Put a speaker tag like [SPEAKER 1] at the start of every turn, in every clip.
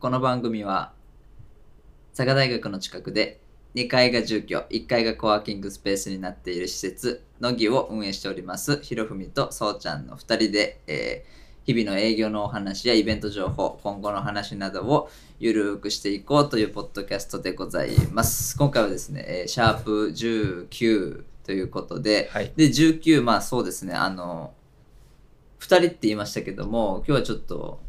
[SPEAKER 1] この番組は佐賀大学の近くで2階が住居1階がコワーキングスペースになっている施設のぎを運営しておりますひろふみとそうちゃんの2人で、えー日々の営業のお話やイベント情報今後の話などをゆるーくしていこうというポッドキャストでございます今回はですね、えーシャープ19ということで、
[SPEAKER 2] はい
[SPEAKER 1] で19まあそうですねあの2人って言いましたけども今日はちょっと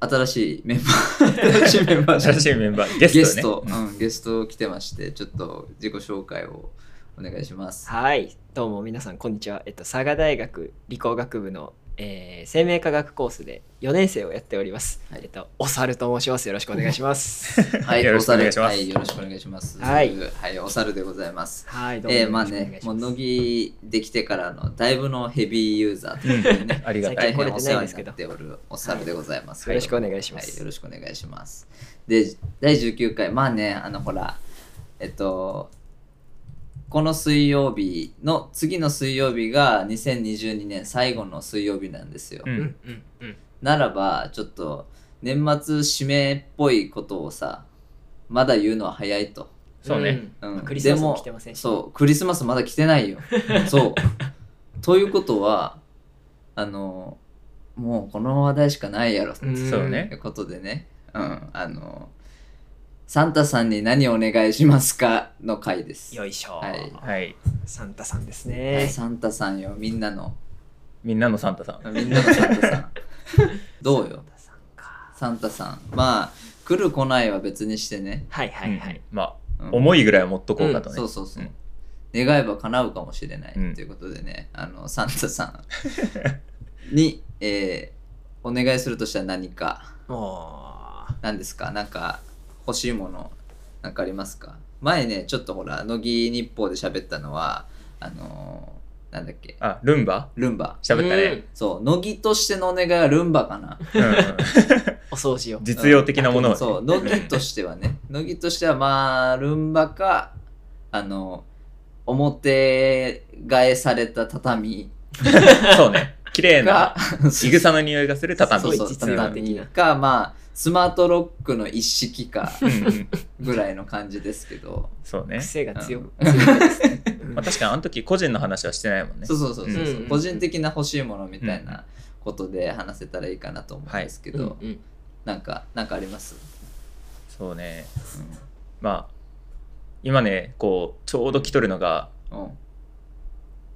[SPEAKER 1] 新しいメンバー新しいメンバーじゃない
[SPEAKER 2] 新しいメンバー、ゲスト、
[SPEAKER 1] ゲ
[SPEAKER 2] ね。
[SPEAKER 1] スト、
[SPEAKER 2] うん
[SPEAKER 1] うん、ゲスト来てまして、ちょっと自己紹介をお願いします。
[SPEAKER 3] はい、どうも皆さん、こんにちは。えっと、佐賀大学理工学部の、えー生命科学コースで4年生をやっております。
[SPEAKER 1] はい
[SPEAKER 3] えっと、お猿と申します。よろしくお願い します。
[SPEAKER 1] はい、
[SPEAKER 2] よろしくお願いしま
[SPEAKER 1] お猿は
[SPEAKER 2] す
[SPEAKER 1] い、よろしくお願いします。
[SPEAKER 3] はい
[SPEAKER 1] はい、お猿でございます。
[SPEAKER 3] はい、どうも
[SPEAKER 1] え
[SPEAKER 3] よ
[SPEAKER 1] ー、まあ
[SPEAKER 3] ろしくお願いし
[SPEAKER 1] ね
[SPEAKER 3] ま、す。
[SPEAKER 1] もう乃木できてからのだいぶのヘビーユーザーということでね、
[SPEAKER 2] ありがた
[SPEAKER 1] 大
[SPEAKER 2] い。
[SPEAKER 1] 変お世話になっておるお猿でございます。
[SPEAKER 3] よろしくお願いします。
[SPEAKER 1] はい、よろしくお願いします。で、第19回、まあね、あの、ほら、えっと、この水曜日の次の水曜日が2022年最後の水曜日なんですよ。
[SPEAKER 2] う
[SPEAKER 3] うんんうんうん。
[SPEAKER 1] ならば、ちょっと年末締めっぽいことをさ、まだ言うのは早いと。
[SPEAKER 2] そうね
[SPEAKER 3] ん。
[SPEAKER 1] うん、
[SPEAKER 3] クリスマスも
[SPEAKER 1] で
[SPEAKER 3] 来てませんし
[SPEAKER 1] そう、クリスマスまだ来て ないよ。そう。ということは、あの、もうこの話題しかないやろ。
[SPEAKER 3] ん
[SPEAKER 2] そうね
[SPEAKER 1] ということでね、うん、あの、サンタさんに何お願いしますかの回です。
[SPEAKER 3] よいしょ、
[SPEAKER 1] はい
[SPEAKER 2] はい。
[SPEAKER 3] サンタさんです
[SPEAKER 1] はい
[SPEAKER 3] ね。
[SPEAKER 1] サンタさんよ、みんなの、
[SPEAKER 2] みんなのサンタさん。
[SPEAKER 1] みんなのサンタさん。 どうよ、
[SPEAKER 3] サンタさんか。
[SPEAKER 1] サンタさん。まあ、来る来ないは別にしてね。
[SPEAKER 3] はいはいはい。
[SPEAKER 2] うんまあ、
[SPEAKER 1] うん
[SPEAKER 2] 重いぐらいは持っとこうかとね。
[SPEAKER 1] そうそうそう。
[SPEAKER 2] うん
[SPEAKER 1] 願えば叶うかもしれない、
[SPEAKER 2] うん
[SPEAKER 1] ということでね、あの、サンタさんに、えーお願いするとしたら何か、
[SPEAKER 3] も
[SPEAKER 1] 何ですかなんか、欲しいもの、なんかありますか前ね、ちょっとほら、乃木日報で喋ったのは、あのーなんだっけ、
[SPEAKER 2] あ、ルンバ
[SPEAKER 1] ルンバ。
[SPEAKER 2] 喋ったね。
[SPEAKER 1] そう、乃木としてのお願いはルンバかな。
[SPEAKER 2] うん
[SPEAKER 3] う、お掃除を。
[SPEAKER 2] 実用的なものをね。
[SPEAKER 1] そう、乃木としてはね、 乃木としてはまあ、ルンバか、あの、表替えされた畳
[SPEAKER 2] そうね。綺麗
[SPEAKER 1] が
[SPEAKER 2] な、、いぐさの匂いがする畳。
[SPEAKER 1] そうそう、
[SPEAKER 3] すごい実用
[SPEAKER 2] 畳。
[SPEAKER 1] 畳か、まあ、スマートロックの一式か
[SPEAKER 2] うんうん
[SPEAKER 1] ぐらいの感じですけど、
[SPEAKER 2] そうね。
[SPEAKER 3] 癖が強く。
[SPEAKER 2] まあ、確かにあの時個人の話はしてないもんね
[SPEAKER 1] そ。うそうそうそう、
[SPEAKER 3] うん
[SPEAKER 1] 個人的な欲しいものみたいなことで話せたらいいかなと思うんです けど、
[SPEAKER 3] うんうん
[SPEAKER 1] なんか、なんかあります、
[SPEAKER 2] そうね。まあ、今ね、こう、ちょうど来とるのが、
[SPEAKER 1] うん、うん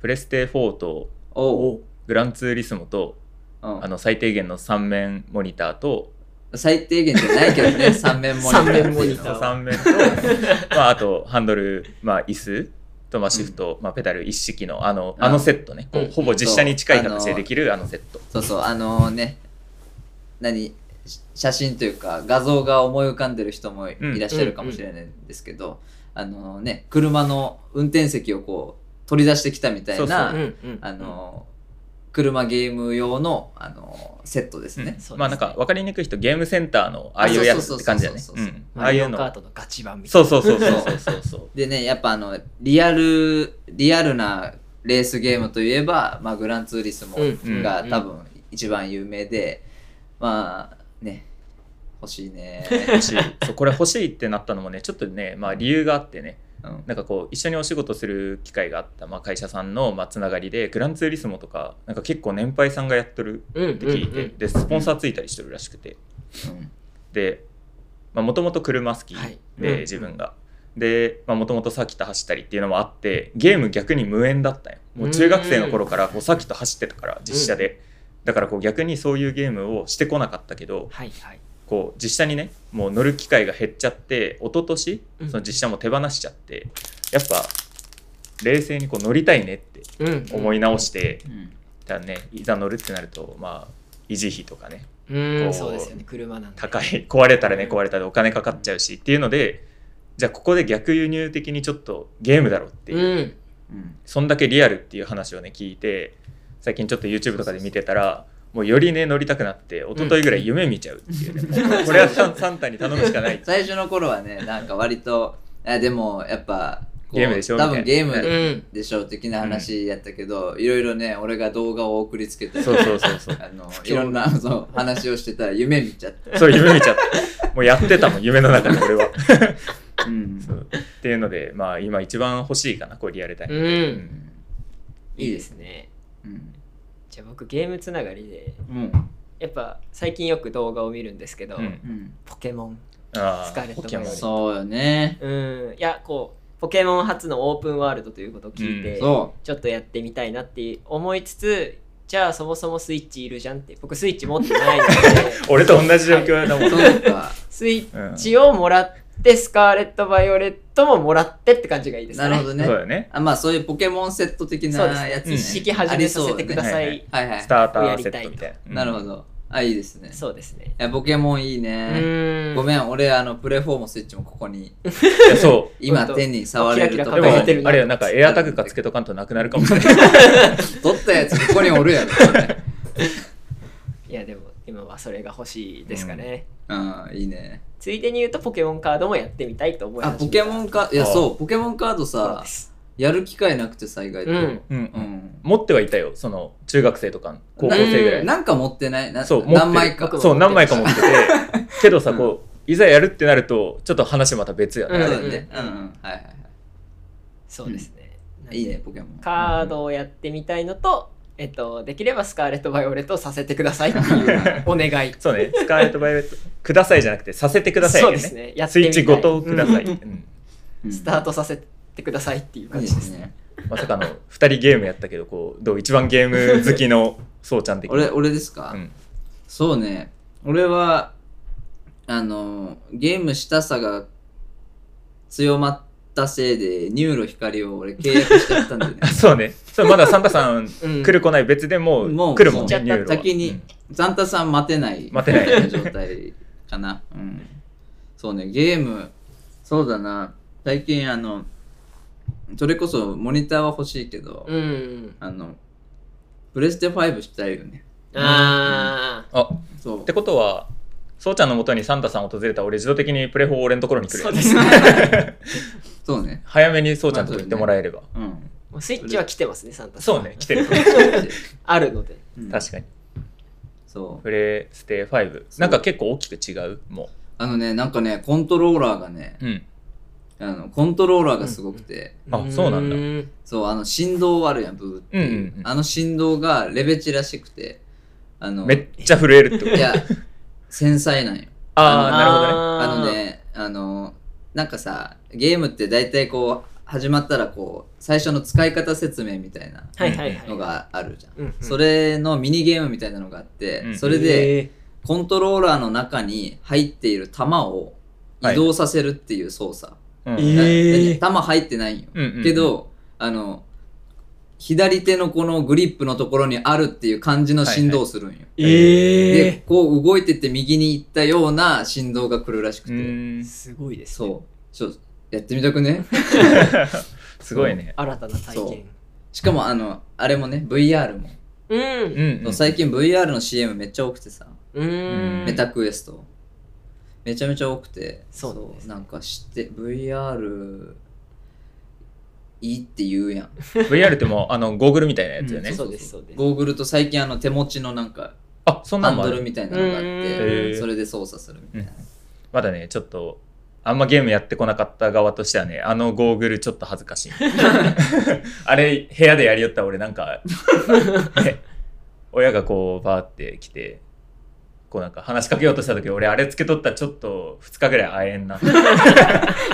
[SPEAKER 2] プレステ4と
[SPEAKER 1] おう、
[SPEAKER 2] グランツーリスモと、
[SPEAKER 1] うん
[SPEAKER 2] あの、最低限の3面モニターと、
[SPEAKER 1] 最低限じゃないけどね、3面モニターっていうの
[SPEAKER 3] 三面モニター
[SPEAKER 2] そう三面と、まあ、あとハンドル、まあ、椅子と、まあ、シフト、まあ、ペダル一式のあの
[SPEAKER 1] うん
[SPEAKER 2] あのセットね、こ
[SPEAKER 3] う
[SPEAKER 2] うんほぼ実写に近い形
[SPEAKER 1] そうあ
[SPEAKER 2] で
[SPEAKER 1] の
[SPEAKER 2] できるあのセット
[SPEAKER 1] そうそう、あのね、何、し写真というか画像が思い浮かんでる人もい
[SPEAKER 2] うん
[SPEAKER 1] らっしゃるかもしれないんですけど、あのね、車の運転席をこう取り出してきたみたいな、
[SPEAKER 2] そう
[SPEAKER 3] うんうん
[SPEAKER 1] あの、車ゲーム用の、あのセットですね。
[SPEAKER 3] そうですね
[SPEAKER 2] まあなんか分かりにくい人ゲームセンターのああいうやつって感じだね
[SPEAKER 1] そうそうそうそう
[SPEAKER 2] うんあ
[SPEAKER 3] マ
[SPEAKER 2] あい
[SPEAKER 3] リ
[SPEAKER 2] う
[SPEAKER 3] オカー
[SPEAKER 2] の
[SPEAKER 3] トのガチ版みたい
[SPEAKER 2] そう
[SPEAKER 3] な。
[SPEAKER 2] そうそうそうそうそうそう
[SPEAKER 1] でね、やっぱあの、リアル、リアルなレースゲームといえば、まあ、グランツーリスモ
[SPEAKER 3] うんうん
[SPEAKER 1] が
[SPEAKER 3] うん
[SPEAKER 1] 多分一番有名で、まあ、ね、欲しい ね。
[SPEAKER 2] 欲しいそうこれ欲しいってなったのもねちょっとね、まあ、理由があってね
[SPEAKER 1] うん
[SPEAKER 2] なんかこう一緒にお仕事する機会があった、まあ、会社さんのまあつながりでグランツーリスモとかなんか結構年配さんがやっとる
[SPEAKER 3] うんうんうん
[SPEAKER 2] って聞いて、でスポンサーついたりしてるらしくて、
[SPEAKER 1] うん
[SPEAKER 2] でもともと車好きで、
[SPEAKER 3] はいうん
[SPEAKER 2] 自分が。でもともとサーキット走ったりっていうのもあってゲーム逆に無縁だったよもう中学生の頃からこうサーキット走ってたから実写で、だからこう逆にそういうゲームをしてこなかったけど
[SPEAKER 3] はいはい。
[SPEAKER 2] こう実写にねもう乗る機会が減っちゃって一昨年
[SPEAKER 3] うん
[SPEAKER 2] その実写も手放しちゃってやっぱ冷静にこう乗りたいねって
[SPEAKER 3] うん
[SPEAKER 2] 思い直して、
[SPEAKER 1] うん
[SPEAKER 2] ただねいざ乗るってなるとまあ維持費とかね
[SPEAKER 3] う
[SPEAKER 2] こ
[SPEAKER 3] ん
[SPEAKER 2] う
[SPEAKER 3] そうですよね車なんで
[SPEAKER 2] 高い 壊れたらね壊れたでお金かかっちゃうしっていうのでじゃあここで逆輸入的にちょっとゲームだろうっていう、
[SPEAKER 3] うん
[SPEAKER 1] うん
[SPEAKER 2] そんだけリアルっていう話をね聞いて最近ちょっと YouTube とかで見てたらもうよりね乗りたくなって一昨日ぐらい夢見ちゃうっていうね、もうこれはサンサンタに頼むしかない
[SPEAKER 1] 最初の頃はねなんか割とあでもやっぱこう
[SPEAKER 2] ゲームでしょ
[SPEAKER 1] 多分
[SPEAKER 2] みた
[SPEAKER 1] ゲー
[SPEAKER 2] いな
[SPEAKER 1] ム
[SPEAKER 3] うん。
[SPEAKER 1] でしょう的な話やったけど、いろいろね俺が動画を送りつけたり
[SPEAKER 2] そうそうそうそう
[SPEAKER 1] あのいろんなそう話をしてたら夢見ちゃって、
[SPEAKER 2] そう夢見ちゃったもうやってたもん夢の中で俺は
[SPEAKER 1] うん
[SPEAKER 2] そうっていうのでまあ今一番欲しいかなこうリアルタイ
[SPEAKER 3] う。
[SPEAKER 2] ム、うんん
[SPEAKER 3] いいですね。
[SPEAKER 1] うん
[SPEAKER 3] じゃあ僕ゲームつながりで、
[SPEAKER 1] うん
[SPEAKER 3] やっぱ最近よく動画を見るんですけど、
[SPEAKER 2] うん
[SPEAKER 1] うん
[SPEAKER 3] ポケモン。
[SPEAKER 2] あ
[SPEAKER 3] 疲れ
[SPEAKER 2] あポ
[SPEAKER 3] た
[SPEAKER 2] ケモン
[SPEAKER 3] そ
[SPEAKER 1] そうよね
[SPEAKER 3] うん。いや、こう、ポケモン初のオープンワールドということを聞いて、
[SPEAKER 2] うん
[SPEAKER 1] そ
[SPEAKER 3] ちょっとやってみたいなって思いつつ、じゃあそもそもスイッチいるじゃんって、僕スイッチ持ってないので、
[SPEAKER 2] 俺と同じ状況だも、
[SPEAKER 1] うんそうか
[SPEAKER 3] スイ
[SPEAKER 2] うん
[SPEAKER 3] ッチをもらって、スカーレット・バイオレットももらってって感じがいいですね。
[SPEAKER 1] なるほどね
[SPEAKER 2] そうだね
[SPEAKER 1] あまあそういうポケモンセット的
[SPEAKER 3] そうです
[SPEAKER 1] な
[SPEAKER 3] ね
[SPEAKER 1] やつ、
[SPEAKER 2] うん
[SPEAKER 1] ね、
[SPEAKER 3] 一式始めさせてくださ
[SPEAKER 2] あ
[SPEAKER 3] い。
[SPEAKER 2] りそ
[SPEAKER 1] はいはい、
[SPEAKER 2] スターターセットみたいな、
[SPEAKER 1] なるほ
[SPEAKER 2] ど
[SPEAKER 1] どあいいですねい
[SPEAKER 3] そうですね。
[SPEAKER 1] やポケモンいいね、ご
[SPEAKER 3] ん。
[SPEAKER 1] めん俺あのプレフォーもスイッチもここに
[SPEAKER 2] そう
[SPEAKER 1] 今
[SPEAKER 3] 本当
[SPEAKER 1] 手に触れると
[SPEAKER 3] キ
[SPEAKER 1] こ
[SPEAKER 2] で
[SPEAKER 3] ラキラ輝いてる
[SPEAKER 1] 取
[SPEAKER 2] もあれよなんかエアタグかつけとかんとなくなるかもしれない
[SPEAKER 1] ったやつここにおる やろ、
[SPEAKER 3] いや、でも今はそれが欲しいですかね。
[SPEAKER 1] うんいいね
[SPEAKER 3] ついでに言うと、ポケモンカードもやってみたいと思い
[SPEAKER 1] あ
[SPEAKER 3] ます。
[SPEAKER 1] ポケモ
[SPEAKER 3] ン
[SPEAKER 1] ンカいや
[SPEAKER 2] あ
[SPEAKER 1] そうポケモンカード
[SPEAKER 3] そう
[SPEAKER 1] さ
[SPEAKER 3] です。
[SPEAKER 1] やる機会なくてさ意外と
[SPEAKER 3] う
[SPEAKER 1] うんん、
[SPEAKER 2] うん、持ってはいたよその中学生とか高校生ぐらい
[SPEAKER 1] なんか持ってないな
[SPEAKER 2] そう持ってる
[SPEAKER 1] 何枚か
[SPEAKER 2] そう何枚か持っててけどさ
[SPEAKER 1] うん
[SPEAKER 2] こういざやるってなるとちょっと話また別や
[SPEAKER 1] そう
[SPEAKER 2] ね、。
[SPEAKER 1] だね
[SPEAKER 3] う
[SPEAKER 1] うんん
[SPEAKER 3] う
[SPEAKER 1] うんんはいはいは
[SPEAKER 3] そうですね。
[SPEAKER 1] いいいねポケモン
[SPEAKER 3] カードをやってみたいのと、えっと、できればスカーレット・バイオレットをさせてくださいっ ていうお願い
[SPEAKER 2] そうねスカーレット・バイオレットくださいじゃなくてさせてください
[SPEAKER 3] そ
[SPEAKER 2] やけ
[SPEAKER 3] うで
[SPEAKER 2] ど
[SPEAKER 3] す
[SPEAKER 2] ね
[SPEAKER 3] ね。やって
[SPEAKER 2] ス
[SPEAKER 3] み
[SPEAKER 2] イッ
[SPEAKER 3] たい
[SPEAKER 2] チごとください、
[SPEAKER 1] うん
[SPEAKER 2] うん
[SPEAKER 1] うん
[SPEAKER 3] スタートさせてくださいっていう
[SPEAKER 1] い
[SPEAKER 3] 感
[SPEAKER 1] いで
[SPEAKER 3] じです
[SPEAKER 1] す
[SPEAKER 3] ね。
[SPEAKER 1] ね
[SPEAKER 2] まさかの2人ゲームやったけどこうどう一番ゲーム好きの そうちゃん的に
[SPEAKER 1] 俺俺ですか、
[SPEAKER 2] うん
[SPEAKER 1] そうね俺はあのゲームしたさが強まったせいでニューロ光を俺契約しちゃったんで ね
[SPEAKER 2] あそうねそうまだサンタさん
[SPEAKER 3] うん
[SPEAKER 2] 来る来ない別でもう
[SPEAKER 1] もう
[SPEAKER 2] 来るもん
[SPEAKER 1] そ
[SPEAKER 2] ね
[SPEAKER 1] う
[SPEAKER 2] ニューロは
[SPEAKER 1] 先に
[SPEAKER 2] うん
[SPEAKER 1] サンタさん待てない
[SPEAKER 2] 待てない
[SPEAKER 1] 状態かな、うん、そうねゲームそうだな最近あのそれこそモニターは欲しいけど、
[SPEAKER 3] うん。
[SPEAKER 1] あのプレステ5したいよね
[SPEAKER 3] あ
[SPEAKER 2] あ
[SPEAKER 1] そう
[SPEAKER 2] ってことはそうちゃんのもとにサンタさん訪れたら俺自動的にプレフォー俺のところに
[SPEAKER 3] あ、
[SPEAKER 2] 来るよ
[SPEAKER 3] そう
[SPEAKER 2] ね
[SPEAKER 3] ですね。
[SPEAKER 1] そうね
[SPEAKER 2] 早めにそうちゃんと言ってもらえれば、
[SPEAKER 1] うん
[SPEAKER 3] もうスイッチは来てますね、サンタさん。
[SPEAKER 2] そうね来て る
[SPEAKER 3] あるので。
[SPEAKER 1] うん
[SPEAKER 2] 確かに
[SPEAKER 1] そう
[SPEAKER 2] プレステ5なんか結構大きく違うも
[SPEAKER 1] あのねなんかねコントローラーがね
[SPEAKER 2] う、うん、
[SPEAKER 1] あのコントローラーがすごくて、
[SPEAKER 2] あそうなんだ
[SPEAKER 3] だ。
[SPEAKER 1] そうあの振動あるやんブーっていう、
[SPEAKER 2] うんうんうん
[SPEAKER 1] あの振動がレベチらしくてあの
[SPEAKER 2] めっちゃ震えるってこ
[SPEAKER 1] い
[SPEAKER 2] と
[SPEAKER 1] や繊細なんよ
[SPEAKER 2] ああなるほ
[SPEAKER 1] あの。
[SPEAKER 2] どね
[SPEAKER 1] ねあのなんかさゲームって大体こう始まったらこう最初の使い方説明みたいな
[SPEAKER 3] はいはいはい。
[SPEAKER 1] のがあるじゃん、
[SPEAKER 3] うんうん
[SPEAKER 1] それのミニゲームみたいなのがあって、
[SPEAKER 2] うん
[SPEAKER 1] それで
[SPEAKER 3] え
[SPEAKER 1] コントローラーの中に入っている弾を移動させるっていう操作、
[SPEAKER 2] うん
[SPEAKER 3] いい
[SPEAKER 1] な
[SPEAKER 3] えー
[SPEAKER 1] 弾入ってないんよ、
[SPEAKER 2] うんうん
[SPEAKER 1] けどあの左手のこのグリップのところにあるっていう感じの振動をするんよ、
[SPEAKER 3] ーえ
[SPEAKER 1] でこう動いてって右に行ったような振動が来るらしく
[SPEAKER 2] う
[SPEAKER 1] て、
[SPEAKER 2] ん
[SPEAKER 3] ーすごいですね。
[SPEAKER 1] そうちょやってみたくね
[SPEAKER 2] すごいね
[SPEAKER 3] 新たな体
[SPEAKER 1] そう
[SPEAKER 3] 験。
[SPEAKER 1] しかもあのあれもね VR も、
[SPEAKER 3] うん。
[SPEAKER 2] うんうん
[SPEAKER 1] 最近 VR の CM めっちゃ多くてさ、
[SPEAKER 3] う
[SPEAKER 2] うん
[SPEAKER 3] ん。
[SPEAKER 1] メタクエストめちゃめちゃ多くて
[SPEAKER 3] そうなんですね
[SPEAKER 1] なんか知って VR いいって言うやん
[SPEAKER 2] VR ってもうあのゴーグルみたいなやつよ
[SPEAKER 1] う
[SPEAKER 2] ね
[SPEAKER 1] ん
[SPEAKER 3] そうですそうです。
[SPEAKER 1] ゴーグルと最近あの手持ちのなんか
[SPEAKER 2] あそんな
[SPEAKER 1] ハン
[SPEAKER 2] んもあ
[SPEAKER 1] ドル
[SPEAKER 2] る
[SPEAKER 1] みたいなのがあっ
[SPEAKER 2] へー
[SPEAKER 1] てそれで操作するみたいな、
[SPEAKER 2] まだねちょっとあんまゲームやってこなかった側としてはねあのゴーグルちょっと恥ずかしいあれ部屋でやりよったら俺なんか、 ね親がこうバーって来てこうなんか話しかけようとした時俺あれつけとったらちょっと2日ぐらい会えんな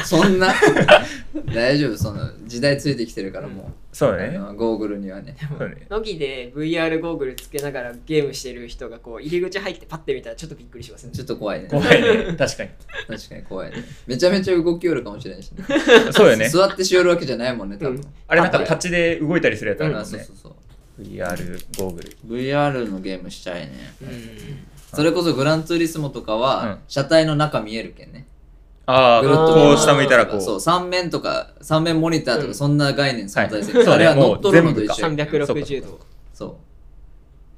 [SPEAKER 1] そんな 大丈夫その時代ついてきてるからも
[SPEAKER 2] そう
[SPEAKER 1] う、
[SPEAKER 2] ね
[SPEAKER 1] あのゴーグルにはね
[SPEAKER 2] そうね
[SPEAKER 3] 乃木で VR ゴーグルつけながらゲームしてる人がこう入り口入ってパッて見たらちょっとびっくりしますね
[SPEAKER 1] ちょっと怖いね
[SPEAKER 2] 怖いね確かに
[SPEAKER 1] 確かに怖いねめちゃめちゃ動きよるかもしれないしね
[SPEAKER 2] そうよね
[SPEAKER 1] 座ってしよるわけじゃないもんね多分、
[SPEAKER 3] うん
[SPEAKER 2] あれなんか立ちで動いたりするやつあるも
[SPEAKER 1] あ
[SPEAKER 2] ん
[SPEAKER 1] そう
[SPEAKER 2] ね
[SPEAKER 1] そうそう
[SPEAKER 2] VR ゴーグル
[SPEAKER 1] VR のゲームしたいね
[SPEAKER 3] うん
[SPEAKER 1] それこそグランツーリスモとか
[SPEAKER 2] う
[SPEAKER 1] は
[SPEAKER 2] ん
[SPEAKER 1] 車体の中見えるけんね、
[SPEAKER 2] ああ
[SPEAKER 1] ぐるっと
[SPEAKER 2] こう下向いたらこう
[SPEAKER 1] そう3面とか3面モニターと
[SPEAKER 3] うん
[SPEAKER 1] かそんな概念存在する、
[SPEAKER 2] はい
[SPEAKER 1] あれは
[SPEAKER 2] そうね
[SPEAKER 1] 乗っ取るのと一緒やけん
[SPEAKER 3] 360度
[SPEAKER 1] そ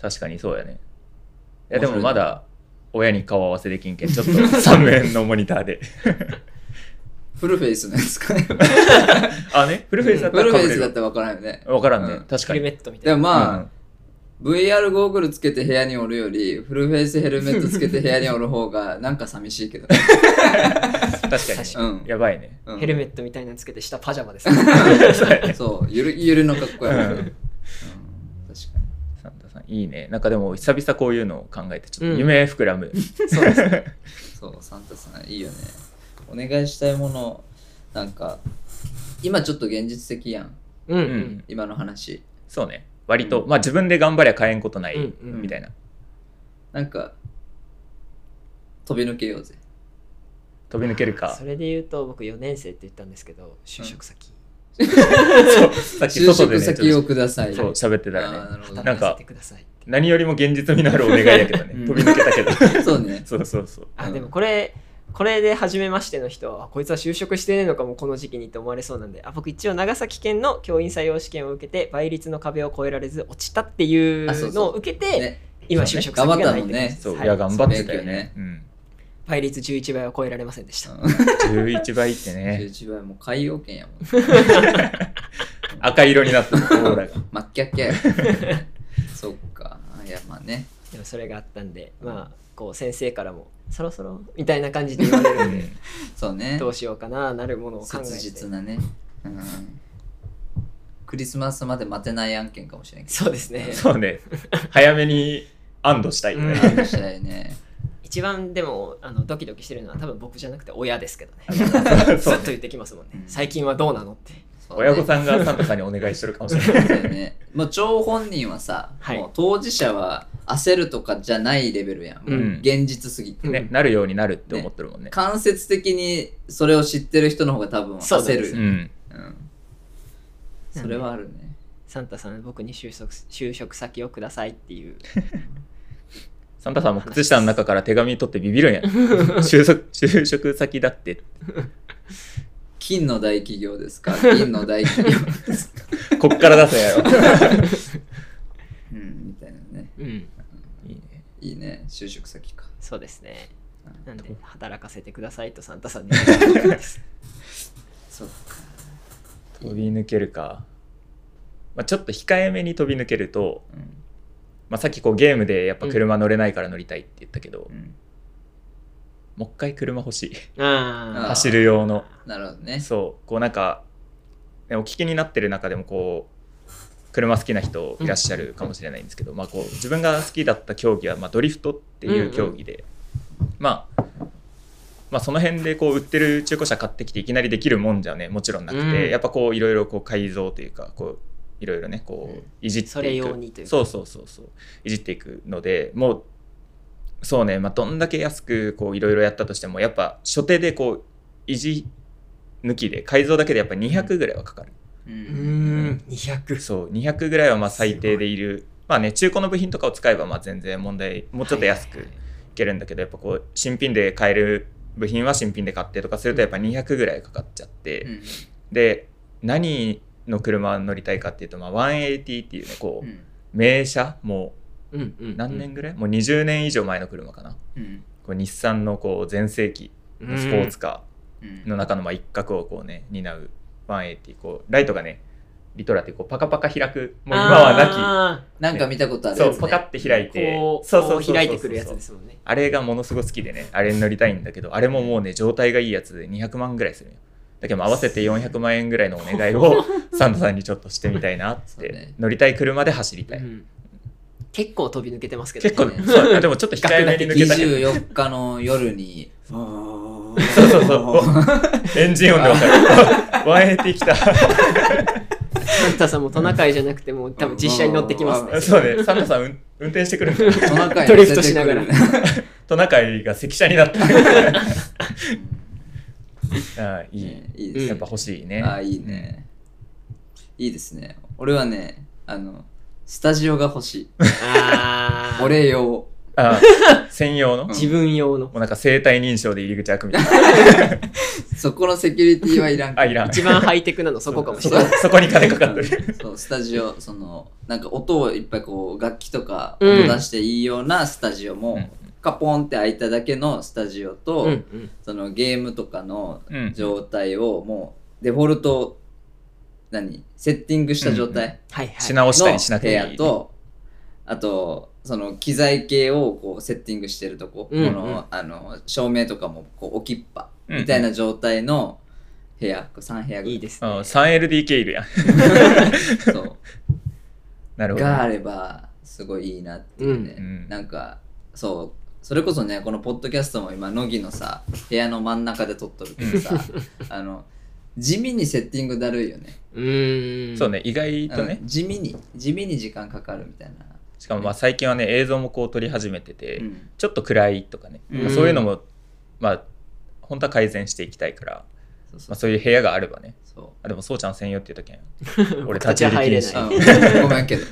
[SPEAKER 2] 確かにそうやねいやでもまだ親に顔合わせできんけんちょっと3面のモニターで
[SPEAKER 1] フルフェイスのやつかね。フ
[SPEAKER 2] あねフルフェイスだった
[SPEAKER 1] ル
[SPEAKER 2] ら
[SPEAKER 1] フ
[SPEAKER 2] か
[SPEAKER 1] ェ
[SPEAKER 2] ぶ
[SPEAKER 1] イ
[SPEAKER 2] れ
[SPEAKER 1] スだっ
[SPEAKER 2] る
[SPEAKER 1] たら分からんよね。
[SPEAKER 2] わからんね、
[SPEAKER 1] うん
[SPEAKER 2] 確
[SPEAKER 3] ヘ
[SPEAKER 2] か
[SPEAKER 3] ル
[SPEAKER 2] に
[SPEAKER 3] メットみた
[SPEAKER 1] で
[SPEAKER 3] い
[SPEAKER 1] も
[SPEAKER 3] な。
[SPEAKER 1] まあ、
[SPEAKER 2] うん
[SPEAKER 1] VR ゴーグルつけて部屋におるより、フルフェイスヘルメットつけて部屋におる方 がなんか寂しいけどね。
[SPEAKER 2] 確かに
[SPEAKER 3] 確
[SPEAKER 1] うん。
[SPEAKER 2] やばいね
[SPEAKER 1] うん
[SPEAKER 3] ヘルメットみたいなのつけて下パジャマです。
[SPEAKER 1] そう、ゆる ゆるの格好やもんね。
[SPEAKER 2] うん
[SPEAKER 1] うん確かに。
[SPEAKER 2] サンタさんいいねなんかでも久々こういうのを考えてちょっ
[SPEAKER 3] うん
[SPEAKER 2] と夢膨 らむ、
[SPEAKER 3] そうですね。
[SPEAKER 1] そう、サンタさん、いいよね。お願いしたいもの、なんか、今ちょっと現実的やん、
[SPEAKER 3] うんう。
[SPEAKER 2] うん
[SPEAKER 1] 今の話。
[SPEAKER 2] そうね割と、まあ自分で頑張りゃ変えんことない、
[SPEAKER 3] うんうん
[SPEAKER 2] みたいな
[SPEAKER 1] なんか、飛び抜けようぜ。
[SPEAKER 2] 飛び抜ける か
[SPEAKER 3] それで言うと僕4年生って言ったんですけど就職先、
[SPEAKER 2] そうさっき
[SPEAKER 1] 就
[SPEAKER 2] 外で
[SPEAKER 1] 職
[SPEAKER 2] ねち
[SPEAKER 1] 先
[SPEAKER 2] ょ
[SPEAKER 1] を
[SPEAKER 2] っ
[SPEAKER 1] ください。
[SPEAKER 2] とそう喋ってたら
[SPEAKER 1] あーな
[SPEAKER 2] ね
[SPEAKER 1] るほど
[SPEAKER 2] な
[SPEAKER 3] 働
[SPEAKER 2] ん
[SPEAKER 3] か
[SPEAKER 2] か
[SPEAKER 3] せてくださいって
[SPEAKER 2] 何よりも現実味のあるお願いだけどね
[SPEAKER 1] うん
[SPEAKER 2] 飛び抜けたけ ど
[SPEAKER 1] そうね。
[SPEAKER 2] そうそうそう
[SPEAKER 3] あでもこれこれで初めましての人はあこいつは就職してねえのかもこの時期にって思われそうなんであ僕一応長崎県の教員採用試験を受けて倍率の壁を越えられず落ちたってい
[SPEAKER 1] あそう
[SPEAKER 3] う
[SPEAKER 1] そ
[SPEAKER 3] の
[SPEAKER 1] う
[SPEAKER 3] を受けて
[SPEAKER 1] ね
[SPEAKER 3] 今
[SPEAKER 1] そう
[SPEAKER 3] 就
[SPEAKER 1] ね
[SPEAKER 3] 職先がないって
[SPEAKER 1] 頑張ったもん
[SPEAKER 3] 感じ
[SPEAKER 1] ね
[SPEAKER 3] です
[SPEAKER 2] そう、
[SPEAKER 3] はい
[SPEAKER 2] い、や頑張ってたよ
[SPEAKER 1] そう勉
[SPEAKER 2] ね、うん、
[SPEAKER 3] 倍率11倍は超えられませんでした、
[SPEAKER 2] 11倍ってね
[SPEAKER 1] 11倍もう海洋圏やもん。
[SPEAKER 2] 赤色になったオーラが
[SPEAKER 1] 真っキャッキャ や。そっか。あいや、まあね。
[SPEAKER 3] でもそれがあったんでまあこう先生からもそろそろみたいな感じで言われるんで
[SPEAKER 1] そう ね。
[SPEAKER 3] どうしようかななるものを考えて
[SPEAKER 1] 切実なね、うん、クリスマスまで待てない案件かもし れんけど
[SPEAKER 3] そうですね
[SPEAKER 2] そうね早めに安堵したいよね、
[SPEAKER 1] あるしないね
[SPEAKER 3] 一番でもあのドキドキしてるのは多分僕じゃなくて親ですけ どねず
[SPEAKER 2] そ
[SPEAKER 3] っ
[SPEAKER 2] う
[SPEAKER 3] と言ってきますもんね、
[SPEAKER 1] うん
[SPEAKER 3] 最近はどうなのって
[SPEAKER 1] そうね
[SPEAKER 2] 親御さんがサンタさんにお願いしてるかもしれない
[SPEAKER 1] そうだよねもう張本人はさ、
[SPEAKER 3] はい
[SPEAKER 1] もう当事者は焦るとかじゃないレベルやん、もう
[SPEAKER 2] うん
[SPEAKER 1] 現実すぎて、
[SPEAKER 2] ね、なるようになるって思ってるもんね。
[SPEAKER 1] 間接的にそれを知ってる人の方が多分
[SPEAKER 3] そう
[SPEAKER 1] 焦
[SPEAKER 3] で
[SPEAKER 1] る
[SPEAKER 3] す
[SPEAKER 1] そ,、
[SPEAKER 2] うん。
[SPEAKER 1] うん、それはあるね
[SPEAKER 3] サンタさん僕に就職就職先をくださいっていう
[SPEAKER 2] サンタさんも靴下の中から手紙取ってビビるんや。就職、就職先だって。
[SPEAKER 1] 金の大企業ですか銀の大企業ですか、
[SPEAKER 2] こっから出せやろ。
[SPEAKER 1] うん、みたいなね
[SPEAKER 3] うん
[SPEAKER 2] いいね。
[SPEAKER 1] いいね就職先か
[SPEAKER 3] そうですね
[SPEAKER 1] うん
[SPEAKER 3] なんで働かせてくださいとサンタさん にです
[SPEAKER 1] そう
[SPEAKER 2] 飛び抜けるか。まあ、ちょっと控えめに飛び抜けると、
[SPEAKER 1] うん
[SPEAKER 2] まあ、さっきこうゲームでやっぱ車乗れないから乗りたいって言ったけど、
[SPEAKER 1] うん
[SPEAKER 2] もう一回車欲しい。
[SPEAKER 1] あー
[SPEAKER 3] あ
[SPEAKER 2] 走る用の。
[SPEAKER 1] なるほどね
[SPEAKER 2] そう。こうなんか、ねお聞きになってる中でもこう、車好きな人いらっしゃるかもしれないんですけど、まあ、こう自分が好きだった競技は、まあ、ドリフトっていう競技で、まあ、まあその辺でこう売ってる中古車買ってきていきなりできるもんじゃねもちろんなくて、
[SPEAKER 3] うん
[SPEAKER 2] やっぱこういろいろこう改造というかこういろいろねこ
[SPEAKER 3] うん
[SPEAKER 2] ういじっていく、
[SPEAKER 3] それ用にというか
[SPEAKER 2] そうそうそうそういじっていくのでもうそうね、まあ、どんだけ安くこういろいろやったとしてもやっぱ初手でこう維持抜きで改造だけでやっぱ200ぐらいはかかる、
[SPEAKER 1] う
[SPEAKER 3] ーうんん200
[SPEAKER 2] そう200ぐらいはまあ最低でいるまあね中古の部品とかを使えばまあ全然問題もうちょっと安くいけるんだけど、やっぱこう新品で買える部品は新品で買ってとかするとやっぱ200ぐらいかかっちゃって、
[SPEAKER 1] うん
[SPEAKER 2] で何の車乗りたいかっていうと、まあ、180っていうねこう、
[SPEAKER 1] うん
[SPEAKER 2] 名車も
[SPEAKER 3] うんう
[SPEAKER 2] うん何年ぐらい、もう20年以上前の車かな
[SPEAKER 1] うん
[SPEAKER 2] こう日産のこう全盛期のスポーツカー、
[SPEAKER 1] うん
[SPEAKER 2] の中のまあ一角をこうね担う180こうライトがねリトラってこうパカパカ開くもう今は
[SPEAKER 3] は
[SPEAKER 1] なんか見たことあ
[SPEAKER 2] な
[SPEAKER 1] る
[SPEAKER 2] きそ
[SPEAKER 1] や
[SPEAKER 2] う
[SPEAKER 1] つ、
[SPEAKER 2] パカって開いて
[SPEAKER 3] こう
[SPEAKER 2] そうそうそう
[SPEAKER 3] こ
[SPEAKER 2] そう
[SPEAKER 3] 開いてくるやつですもんね
[SPEAKER 2] あれがものすごく好きでねあれに乗りたいんだけどあれももうね状態がいいやつで200万ぐらいするよだけどまあ合わせて400万円ぐらいのお願い をサンタさんにちょっとしてみたいなっ
[SPEAKER 1] そう
[SPEAKER 2] て
[SPEAKER 1] ね
[SPEAKER 2] 乗りたい車で走りたい、
[SPEAKER 3] うん結構飛び抜けてますけど
[SPEAKER 2] 結構
[SPEAKER 3] ね
[SPEAKER 2] ねそうあでもちょっと控えめに抜けた けど
[SPEAKER 1] 24日の夜に
[SPEAKER 2] そうそうそうエンジン音でわかる180来た
[SPEAKER 3] サンタさんもトナカイじゃなくてもう多分実車に乗ってきますね
[SPEAKER 2] そうね、サンタさん運運転してくるんだよ。
[SPEAKER 1] トナカイ
[SPEAKER 3] ドリフトしながら
[SPEAKER 1] 乗せてくる
[SPEAKER 2] トナカイが関車に なった。あーいい、
[SPEAKER 1] ねいい
[SPEAKER 3] うん
[SPEAKER 1] です
[SPEAKER 2] やっ
[SPEAKER 1] ね
[SPEAKER 2] ぱ欲しいね。
[SPEAKER 1] あいいねいいですね俺はねあのスタジオが欲しい
[SPEAKER 3] あー
[SPEAKER 1] 俺用
[SPEAKER 2] うん。あー専用の、
[SPEAKER 1] ん
[SPEAKER 2] も
[SPEAKER 3] 自分用の
[SPEAKER 2] うなんか生体認証で入り口開くみたい な。
[SPEAKER 1] そこのセキュリティはいらん
[SPEAKER 2] あ、いらん。
[SPEAKER 3] 一番ハイテクなのそこかもし
[SPEAKER 2] そ
[SPEAKER 3] れ
[SPEAKER 2] こ
[SPEAKER 3] ない。
[SPEAKER 2] そこに金かかってる。
[SPEAKER 1] そうスタジオそのなんか音をいっぱいこう楽器とか
[SPEAKER 3] うん
[SPEAKER 1] 音出していいようなスタジオも
[SPEAKER 2] うん
[SPEAKER 1] カポンって開いただけのスタジオと、
[SPEAKER 3] うんうん
[SPEAKER 1] そのゲームとかの
[SPEAKER 2] うん
[SPEAKER 1] 状態をもうデフォルト何セッティングした状態、
[SPEAKER 2] うん
[SPEAKER 3] はいはい
[SPEAKER 2] し直したりしな
[SPEAKER 1] の
[SPEAKER 2] く
[SPEAKER 1] 部
[SPEAKER 2] ていい
[SPEAKER 1] 屋とあとその機材系をこうセッティングしてるとこ、
[SPEAKER 3] うんうん
[SPEAKER 1] このあの照明とかもこう置きっぱ
[SPEAKER 2] うん
[SPEAKER 1] みたいな状態の部屋、3部屋ぐらい
[SPEAKER 3] いいです
[SPEAKER 2] う
[SPEAKER 3] ね
[SPEAKER 2] ん、3LDK いるやん
[SPEAKER 1] そ
[SPEAKER 2] なる
[SPEAKER 1] う
[SPEAKER 2] ほどね、
[SPEAKER 1] があればすごいいいなっていうね、
[SPEAKER 2] うんうん
[SPEAKER 1] なんかそうそれこそねこのポッドキャストも今乃木のさ部屋の真ん中で撮っとるけどさ あの地味にセッティングだるいよね
[SPEAKER 3] うーん
[SPEAKER 2] そうね意外とね、
[SPEAKER 1] うん地味に地味に時間かかるみたいな、
[SPEAKER 2] しかもまあ最近はね映像もこう撮り始めてて、
[SPEAKER 1] うん
[SPEAKER 2] ちょっと暗いとかね、
[SPEAKER 1] うん
[SPEAKER 2] まあそういうのもまあ本当は改善していきたいから、
[SPEAKER 1] そうそ
[SPEAKER 2] まあ、
[SPEAKER 1] う
[SPEAKER 2] そういう部屋があればね
[SPEAKER 1] そう
[SPEAKER 2] あでもそうちゃん専用って言うとけん俺
[SPEAKER 3] 僕たちは入れ
[SPEAKER 2] 立ち
[SPEAKER 3] な
[SPEAKER 2] 入
[SPEAKER 3] い
[SPEAKER 1] あ のごめんけど。
[SPEAKER 2] じ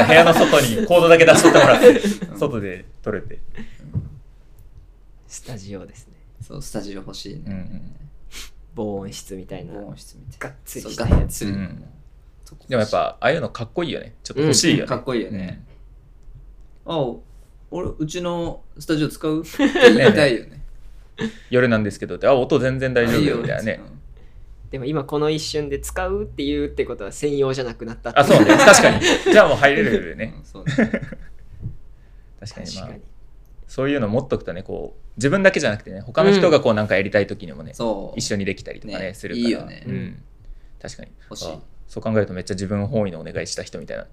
[SPEAKER 2] ゃあ部屋の外 にコードだけ出しとってもらって外で撮れて
[SPEAKER 3] スタジオですね
[SPEAKER 1] そう、スタジオ欲しい
[SPEAKER 2] うんう
[SPEAKER 1] ね。
[SPEAKER 2] ん
[SPEAKER 3] 防音室みたいな
[SPEAKER 1] 防音室みたい
[SPEAKER 3] がっ
[SPEAKER 1] な。
[SPEAKER 3] つ
[SPEAKER 1] そ
[SPEAKER 3] り
[SPEAKER 1] う、
[SPEAKER 3] した
[SPEAKER 1] がっ
[SPEAKER 3] やつ
[SPEAKER 1] つりの
[SPEAKER 2] うん
[SPEAKER 1] とこ欲しい。
[SPEAKER 2] でもやっぱああいうのかっこいいよねちょっと欲しいよね、
[SPEAKER 1] かっこいいよね。
[SPEAKER 2] ね
[SPEAKER 1] あ、俺、うちのスタジオ使うって言いたいよね。
[SPEAKER 2] 夜なんですけどってあ音全然大丈夫よみたいなね
[SPEAKER 3] でも今この一瞬で使うっていうってことは専用じゃなくなったってい
[SPEAKER 2] あそうね 確かにじゃあもう入れるよ
[SPEAKER 1] うん。
[SPEAKER 2] ね
[SPEAKER 1] うんそうね。
[SPEAKER 2] 確かに
[SPEAKER 3] 確
[SPEAKER 2] まあ
[SPEAKER 3] かに
[SPEAKER 2] そういうの持っとくとねこう自分だけじゃなくてね他の人がこうなんかやりたい時にもね、
[SPEAKER 1] そう。
[SPEAKER 2] 一緒にできたりとかね
[SPEAKER 1] ね
[SPEAKER 2] するから
[SPEAKER 1] いいよね
[SPEAKER 2] うん、確かに
[SPEAKER 1] 欲しい
[SPEAKER 2] あそう考えるとめっちゃ自分本位のお願いした人みたい な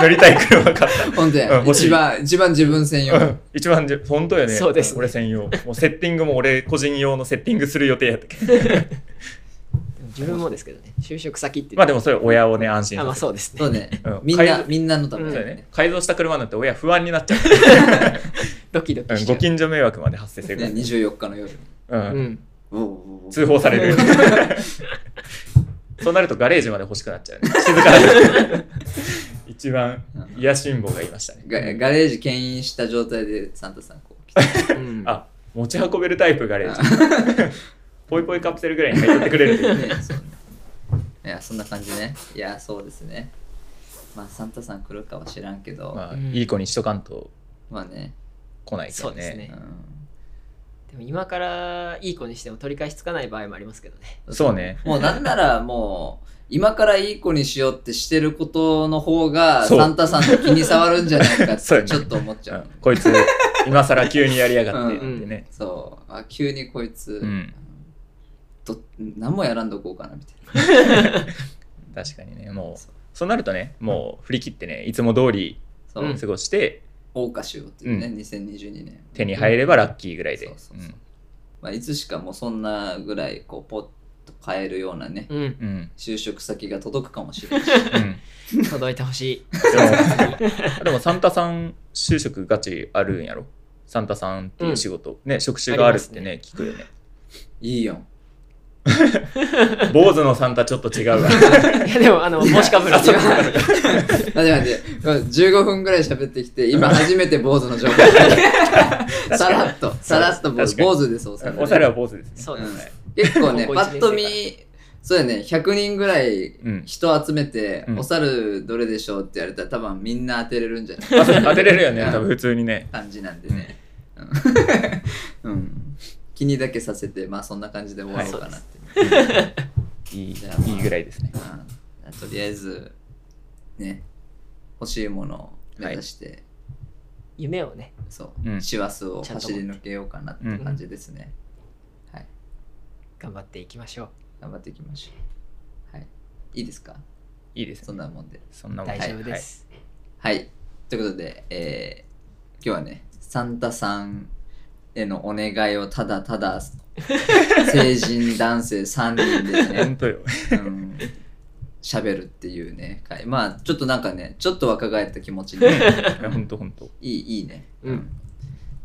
[SPEAKER 2] 乗りたい車買った
[SPEAKER 1] ほんと
[SPEAKER 2] う
[SPEAKER 1] や
[SPEAKER 2] ん、欲しい
[SPEAKER 1] 一番、一番自分専用。
[SPEAKER 2] うん 一番じ本当よね
[SPEAKER 3] そうですね
[SPEAKER 2] 俺専用もうセッティングも俺個人用のセッティングする予定やったけ ど
[SPEAKER 3] でも自分もですけどね就職先って
[SPEAKER 2] まあでもそれ親をね安心
[SPEAKER 3] あまあ
[SPEAKER 2] させる
[SPEAKER 3] そうですね
[SPEAKER 1] そうね
[SPEAKER 2] うん。
[SPEAKER 1] みん
[SPEAKER 2] 改
[SPEAKER 1] な
[SPEAKER 2] 造、
[SPEAKER 1] みんなのため
[SPEAKER 2] そう
[SPEAKER 1] だ
[SPEAKER 2] だ
[SPEAKER 1] よ
[SPEAKER 2] よね
[SPEAKER 1] ね。
[SPEAKER 2] 改造した車なんて親不安になっちゃう、
[SPEAKER 3] ドキド
[SPEAKER 2] う
[SPEAKER 3] キ
[SPEAKER 2] ん
[SPEAKER 3] しちゃ
[SPEAKER 2] ご
[SPEAKER 3] う、
[SPEAKER 2] 近所迷惑まで発生する
[SPEAKER 1] ね
[SPEAKER 2] から、
[SPEAKER 1] 24日の夜。
[SPEAKER 2] うん
[SPEAKER 3] うん、
[SPEAKER 1] おうおうおう
[SPEAKER 2] 通報される そうなるとガレージまで欲しくなっちゃうね静か な一番癒しん坊がいましたね
[SPEAKER 1] ガガレージ牽引した状態でサンタさんこう来て
[SPEAKER 3] うん
[SPEAKER 2] あ持ち運べるタイプガレージ ポイポイカプセルぐらいに入ってくれるという
[SPEAKER 1] ね そうねいやそんな感じねいやそうですねまあサンタさん来るかは知らんけど、まあ、
[SPEAKER 2] まあいい子にしとかんと
[SPEAKER 1] ね、
[SPEAKER 2] 来ないか
[SPEAKER 3] そ
[SPEAKER 2] ら
[SPEAKER 3] うです
[SPEAKER 2] ね
[SPEAKER 1] う
[SPEAKER 3] ね
[SPEAKER 1] ん、
[SPEAKER 3] でも今からいい子にしても取り返しつかない場合もありますけどね
[SPEAKER 2] そうね
[SPEAKER 1] もうなんならもう今からいい子にしようってしてることの方が
[SPEAKER 2] そう
[SPEAKER 1] サンタさんと気に障るんじゃない かっ
[SPEAKER 2] そうよ
[SPEAKER 1] て
[SPEAKER 2] ね
[SPEAKER 1] ちょっと思っちゃう
[SPEAKER 2] うんこいつ 今更急にやりやがってってね、
[SPEAKER 1] そうあ急にこいつ、
[SPEAKER 2] うん
[SPEAKER 1] ど何もやらんどこうかなみたいな
[SPEAKER 2] 確かにねもう
[SPEAKER 1] そう
[SPEAKER 2] そうなるとねもう振り切ってねいつも通り
[SPEAKER 1] そう、
[SPEAKER 3] うん
[SPEAKER 2] 過ごして
[SPEAKER 1] 謳歌しようっていうね、
[SPEAKER 2] うん
[SPEAKER 1] 2022年
[SPEAKER 2] 手に入ればラッキーぐらいで、
[SPEAKER 1] そうそうそう
[SPEAKER 2] うん
[SPEAKER 1] まあ、いつしかもうそんなぐらいこうポッと変えるようなね、
[SPEAKER 3] うん
[SPEAKER 2] うん
[SPEAKER 1] 就職先が届くかもしれない。
[SPEAKER 2] うん
[SPEAKER 3] 届いてほしい
[SPEAKER 2] でも でもサンタさん就職ガチあるんやろサンタさんっていう仕事、ね職種があるってね
[SPEAKER 3] あ
[SPEAKER 2] 聞くよね
[SPEAKER 1] いいよん。
[SPEAKER 2] 坊主のサンタちょっと違うわ
[SPEAKER 3] いやでもあの帽子かぶ る
[SPEAKER 1] あそうか待って待って待って15分ぐらい喋ってきて、今初めて坊主の情報さらっと、さらっと坊
[SPEAKER 2] 確
[SPEAKER 1] 主
[SPEAKER 2] かに
[SPEAKER 1] 坊主です、おさ
[SPEAKER 2] おしゃれは坊主ですね
[SPEAKER 3] そう
[SPEAKER 1] う
[SPEAKER 3] で
[SPEAKER 1] ん
[SPEAKER 3] す、
[SPEAKER 1] 結構ね、
[SPEAKER 3] 高
[SPEAKER 1] パッ
[SPEAKER 3] 校一年生
[SPEAKER 1] と見、そうやね、100人ぐらい
[SPEAKER 2] うん
[SPEAKER 1] 人集めて、
[SPEAKER 2] うん
[SPEAKER 1] お猿どれでしょうって言われたら、多分みんな当てれるんじゃない
[SPEAKER 2] あそう当てれるよね
[SPEAKER 1] うん
[SPEAKER 2] 多分普通にね
[SPEAKER 1] 感じなんでね。うん。うん気にだけさせて、まあそんな感じで終わろうかなって。
[SPEAKER 2] いい
[SPEAKER 1] じゃあまあ
[SPEAKER 2] いいぐらいですね
[SPEAKER 1] うんとりあえずね欲しいものを目指して、
[SPEAKER 3] 夢をね
[SPEAKER 1] そう、
[SPEAKER 2] うん
[SPEAKER 1] 師走を走り抜けようかなって感じですね、はい
[SPEAKER 3] 頑張っていきましょ
[SPEAKER 1] 頑張っていきましょうはいいいですか
[SPEAKER 2] いいです
[SPEAKER 1] そんなもんで
[SPEAKER 2] そんな
[SPEAKER 3] う
[SPEAKER 2] もん
[SPEAKER 3] 大丈夫で、す、
[SPEAKER 1] はいということで、えー今日はねサンタさんへのお願いをただただ成人男性3人で
[SPEAKER 2] はいはい
[SPEAKER 1] ね
[SPEAKER 2] 本当よ
[SPEAKER 1] うん喋るっていうね回まあちょっとなんかねちょっと若返った気持ちに
[SPEAKER 2] いや本当本当
[SPEAKER 1] いいいいね、
[SPEAKER 3] うん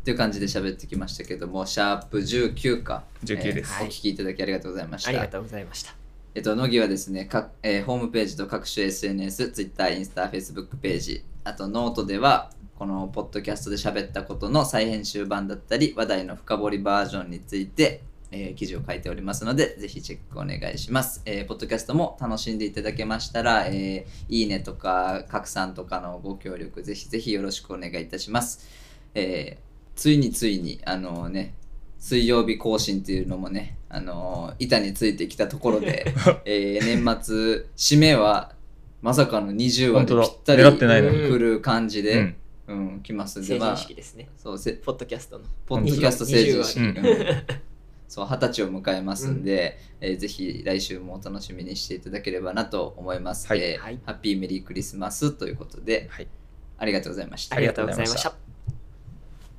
[SPEAKER 1] っていう感じで喋ってきましたけどもシャープ19か
[SPEAKER 2] 19です
[SPEAKER 1] えーお聞きいただきありがとうございまし
[SPEAKER 3] ありが
[SPEAKER 1] た
[SPEAKER 3] とうございました
[SPEAKER 1] えっと乃木はですねか、えーホームページと各種 SNSTwitter インスタ Facebook ページあとノートではこのポッドキャストで喋ったことの再編集版だったり話題の深掘りバージョンについて、えー記事を書いておりますのでぜひチェックお願いします、えーポッドキャストも楽しんでいただけましたら、えーいいねとか拡散とかのご協力ぜひぜひよろしくお願いいたしますえーついについに、あのね、水曜日更新っていうのもね、あのー板についてきたところ で、えー年末、締めはまさかの20話
[SPEAKER 2] 本
[SPEAKER 1] でぴ
[SPEAKER 2] 当だ
[SPEAKER 1] ったり
[SPEAKER 2] 狙ってないの
[SPEAKER 3] に
[SPEAKER 1] 来る感じ
[SPEAKER 2] う
[SPEAKER 1] で、
[SPEAKER 2] ん
[SPEAKER 1] うん来ますんで、
[SPEAKER 3] 成
[SPEAKER 1] ま
[SPEAKER 3] 人
[SPEAKER 1] あ、
[SPEAKER 3] 式ですね。
[SPEAKER 1] そうせ
[SPEAKER 3] ポッドキャストの。
[SPEAKER 1] ポッドキャスト成人式。
[SPEAKER 2] 20
[SPEAKER 1] うん そう二十歳を迎えますんで、えーぜひ来週もお楽しみにしていただければなと思います、
[SPEAKER 2] はい
[SPEAKER 1] えー
[SPEAKER 3] はい
[SPEAKER 1] ハッピーメリークリスマスということで
[SPEAKER 2] はい
[SPEAKER 1] ありがとうございました
[SPEAKER 3] ありがとうございました。